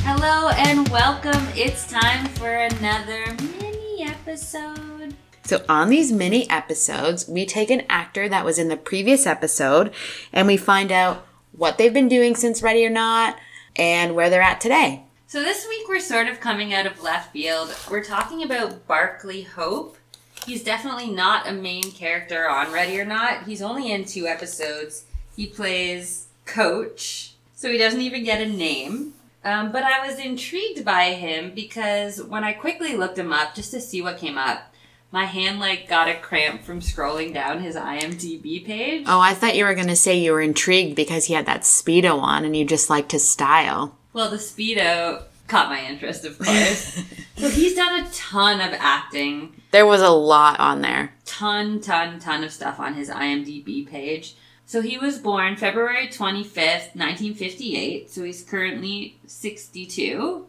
Hello and welcome. It's time for another mini episode. So, on these mini episodes, we take an actor that was in the previous episode and we find out what they've been doing since Ready or Not and where they're at today. So, this week we're sort of coming out of left field. We're talking about Barkley Hope. He's definitely not a main character on Ready or Not. He's only in two episodes. He plays Coach, so he doesn't even get a name. Um, but I was intrigued by him because when I quickly looked him up just to see what came up, my hand like got a cramp from scrolling down his IMDb page. Oh, I thought you were going to say you were intrigued because he had that Speedo on and you just liked his style. Well, the Speedo caught my interest, of course. so he's done a ton of acting, There was a lot on there. ton, ton, ton of stuff on his IMDb page. So he was born February 25th, 1958. So he's currently 62.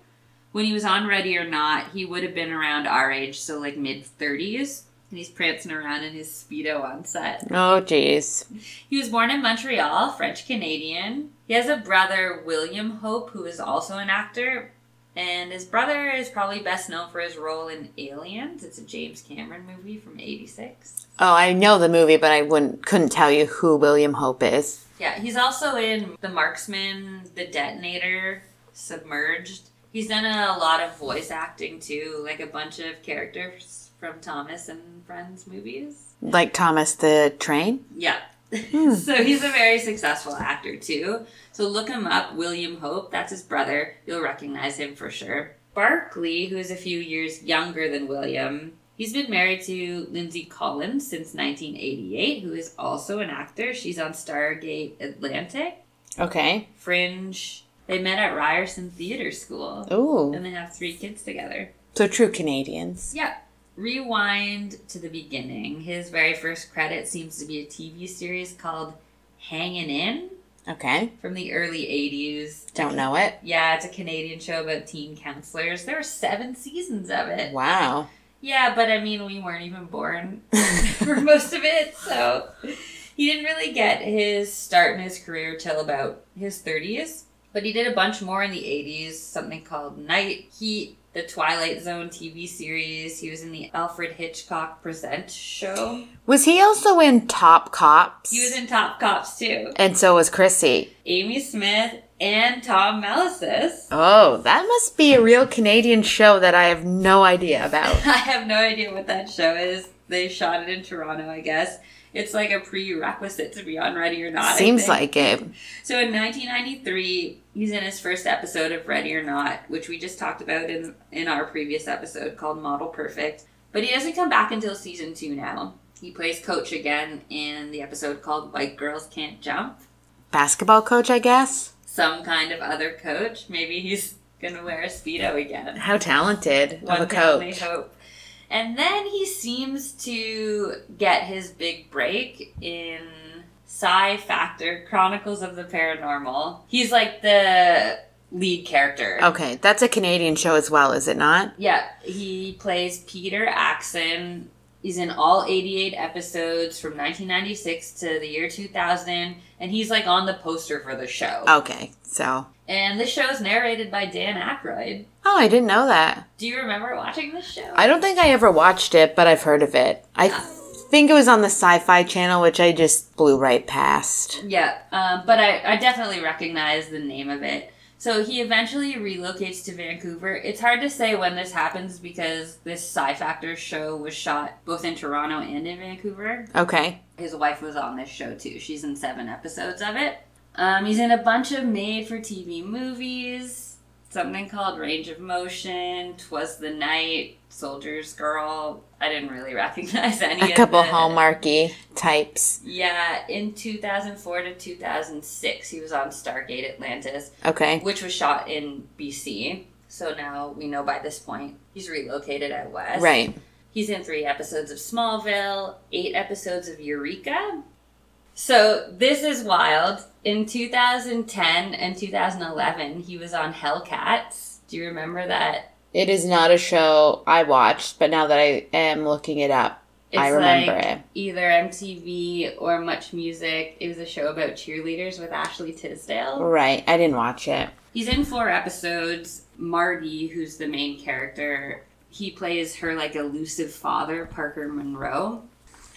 When he was on Ready or Not, he would have been around our age, so like mid 30s. And he's prancing around in his Speedo on set. Oh, geez. He was born in Montreal, French Canadian. He has a brother, William Hope, who is also an actor. And his brother is probably best known for his role in Aliens. It's a James Cameron movie from 86. Oh, I know the movie, but I wouldn't couldn't tell you who William Hope is. Yeah, he's also in The Marksman, The Detonator, Submerged. He's done a lot of voice acting too, like a bunch of characters from Thomas and Friends movies. Like Thomas the Train? Yeah. so he's a very successful actor too. So look him up, William Hope. That's his brother. You'll recognize him for sure. Barkley, who is a few years younger than William, he's been married to Lindsay Collins since 1988, who is also an actor. She's on Stargate Atlantic, Okay. Fringe. They met at Ryerson Theater School, Ooh. and they have three kids together. So, true Canadians. Yeah. Rewind to the beginning. His very first credit seems to be a TV series called Hangin' In Okay. from the early 80s. Don't know it. Yeah, it's a Canadian show about teen counselors. There were seven seasons of it. Wow. Yeah, but I mean, we weren't even born for most of it, so he didn't really get his start in his career till about his 30s. But he did a bunch more in the 80s, something called Night Heat, the Twilight Zone TV series. He was in the Alfred Hitchcock Presents show. Was he also in Top Cops? He was in Top Cops too. and so was Chrissy. Amy Smith and Tom Melisis. Oh, that must be a real Canadian show that I have no idea about. I have no idea what that show is. They shot it in Toronto, I guess. It's like a prerequisite to be on Ready or Not. I Seems think. like it. So in 1993, he's in his first episode of Ready or Not, which we just talked about in in our previous episode called Model Perfect. But he doesn't come back until season two now. He plays coach again in the episode called White Girls Can't Jump. Basketball coach, I guess. Some kind of other coach. Maybe he's gonna wear a speedo again. How talented of a can only coach. hope. And then he seems to get his big break in Psy Factor Chronicles of the Paranormal. He's like the lead character. Okay, that's a Canadian show as well, is it not? Yeah, he plays Peter Axon. He's in all 88 episodes from 1996 to the year 2000, and he's like on the poster for the show. Okay, so. And this show is narrated by Dan Aykroyd. Oh, I didn't know that. Do you remember watching this show? I don't think I ever watched it, but I've heard of it. I think it was on the Sci Fi channel, which I just blew right past. Yeah, um, but I, I definitely recognize the name of it. So he eventually relocates to Vancouver. It's hard to say when this happens because this Sci Factor show was shot both in Toronto and in Vancouver. Okay. His wife was on this show too. She's in seven episodes of it. Um, he's in a bunch of made for TV movies, something called Range of Motion, Twas the Night, Soldier's Girl. I didn't really recognize any A of couple the- Hallmarky types. yeah, in 2004 to 2006, he was on Stargate Atlantis, Okay. which was shot in BC. So now we know by this point he's relocated out west. Right. He's in three episodes of Smallville, eight episodes of Eureka. So this is wild. In 2010 and 2011, he was on Hellcats. Do you remember that? It is not a show I watched, but now that I am looking it up, It's I remember like it. either MTV or Much Music. It was a show about cheerleaders with Ashley Tisdale. Right. I didn't watch it. He's in four episodes. Marty, who's the main character, he plays her like elusive father, Parker Monroe.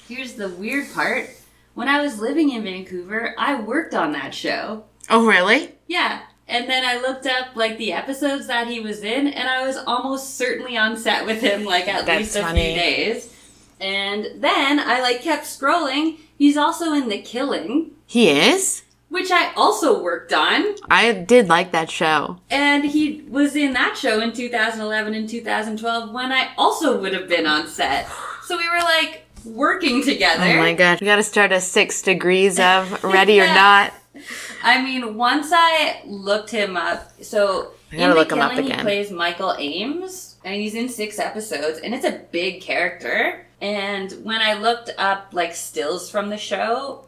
Here's the weird part. When I was living in Vancouver, I worked on that show. Oh, really? Yeah. And then I looked up like the episodes that he was in, and I was almost certainly on set with him like at That's least a funny. few days. And then I like kept scrolling. He's also in The Killing, He is? which I also worked on. I did like that show. And he was in that show in 2011 and 2012 when I also would have been on set. So we were like working together. Oh my gosh. We got to start a six degrees of ready or Yeah. not. I mean, once I looked him up, so I in gotta The look him up Killing, again. he plays Michael Ames, and he's in six episodes, and it's a big character. And when I looked up like stills from the show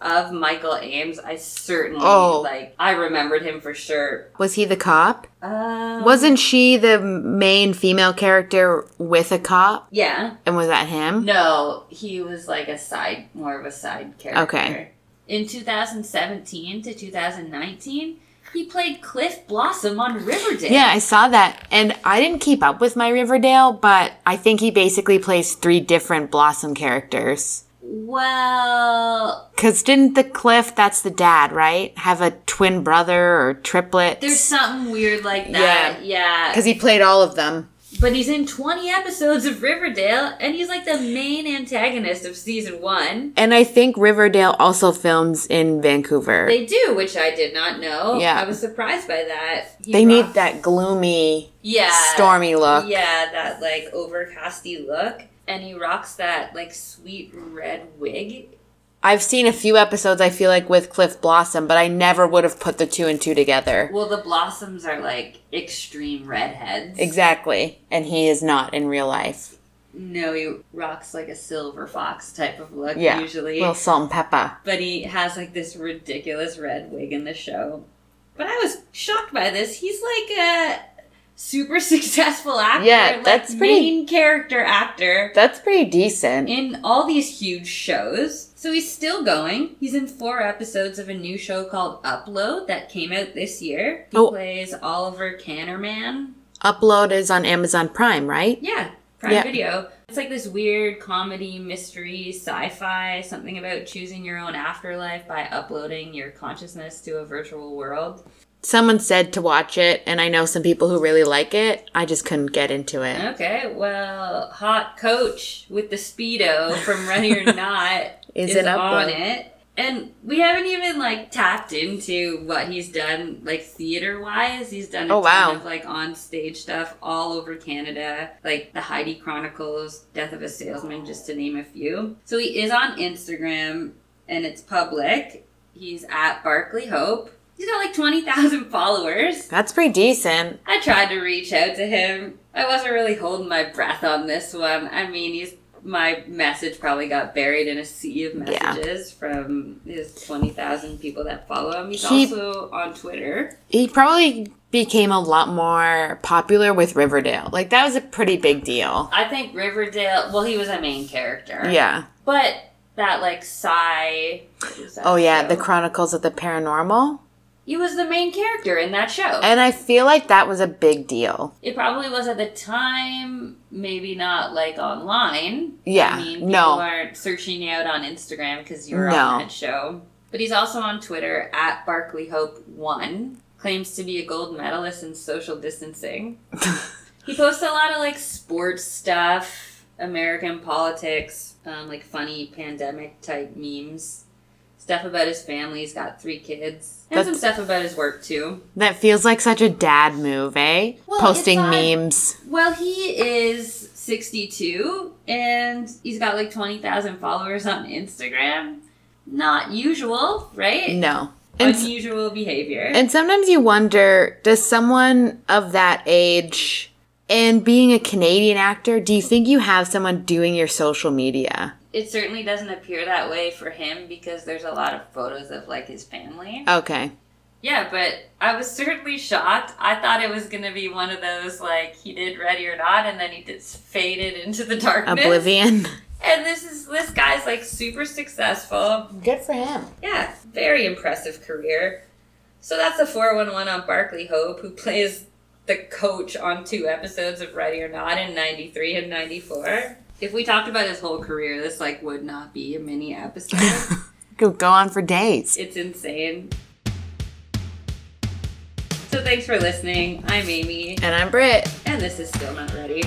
of Michael Ames, I certainly Oh. like I remembered him for sure. Was he the cop? Um, Wasn't she the main female character with a cop? yeah. And was that him? No, he was like a side, more of a side character. Okay. In 2017 to 2019, he played Cliff Blossom on Riverdale. Yeah, I saw that. And I didn't keep up with my Riverdale, but I think he basically plays three different Blossom characters. Well, Because didn't the Cliff, that's the dad, right? Have a twin brother or triplets? there's something weird like that. Yeah. Because he played all of them. But he's in 20 episodes of Riverdale, and he's like the main antagonist of season one. And I think Riverdale also films in Vancouver. They They, do, which I did not know. Yeah. I was surprised by that. He need rocked- that gloomy, Yeah. stormy look. Yeah, that like overcasty look. And he rocks that like sweet red wig. I've seen a few episodes, I feel like, with Cliff Blossom, but I never would have put the two and two together. Well, the blossoms are like extreme redheads. Exactly. And he is not in real life. no, he rocks like a silver fox type of look Yeah. usually. Little salt and pepper. but he has like this ridiculous red wig in the show. But I was shocked by this. He's like a super successful actor. Yeah, like, that's pretty- main character actor. That's pretty decent. in all these huge shows. So he's still going. He's in four episodes of a new show called Upload that came out this year. He Oh. plays Oliver Cannerman. Upload is on Amazon Prime, right? Yeah, Prime Yeah. Video. It's like this weird comedy, mystery, sci fi, something about choosing your own afterlife by uploading your consciousness to a virtual world. Someone said to watch it, and I know some people who really like it. I just couldn't get into it. Okay, well, Hot Coach with the Speedo from Ready or Not Is is, it up on on- it. And we haven't even like tapped into what he's done like theater wise. He's done a ton Oh, wow. of like on stage stuff all over Canada, like the Heidi Chronicles, Death of a Salesman, just to name a few. So he is on Instagram and it's public. He's at Barkley Hope. He's got like twenty thousand followers. That's pretty decent. I tried to reach out to him. I wasn't really holding my breath on this one. I mean, he's my message probably got buried in a sea of Yeah. messages from his 20,000 people that follow him. He's He- also on Twitter. He probably became a lot more popular with Riverdale. Like, that was a pretty big deal. I think Riverdale, well, he was a main character. Yeah. But that, like, Psy. what was that Oh, yeah. show? The Chronicles of the Paranormal. he was the main character in that show. And I feel like that was a big deal. it probably was at the time, maybe not, like, online. Yeah. I mean, people no. aren't searching you out on Instagram because you were No. on that show. But he's also on Twitter at Barkley Hope One. Claims to be a gold medalist in social distancing. he posts a lot of like sports stuff, American politics, um, like funny pandemic type memes, stuff about his family. He's got three kids, and some That's- stuff about his work too. That feels like such a dad move, eh? Well, Posting it's on- memes. Well, he is 62 and he's got like 20,000 followers on Instagram. Not usual, right? No. And, Unusual behavior. and sometimes you wonder does someone of that age and being a Canadian actor, do you think you have someone doing your social media? it certainly doesn't appear that way for him because there's a lot of photos of like his family. Okay. Yeah, but I was certainly shocked. I thought it was going to be one of those like he did Ready or Not and then he just faded into the darkness. Oblivion. And this is this guy's like super successful. Good for him. Yeah, very impressive career. So that's a 411 on Barkley Hope, who plays the coach on two episodes of Ready or Not in 93 and 94. If we talked about his whole career, this like would not be a mini episode. Could go on for days. it's insane. So thanks for listening. I'm Amy, And I'm Britt. and this is Still Not Ready.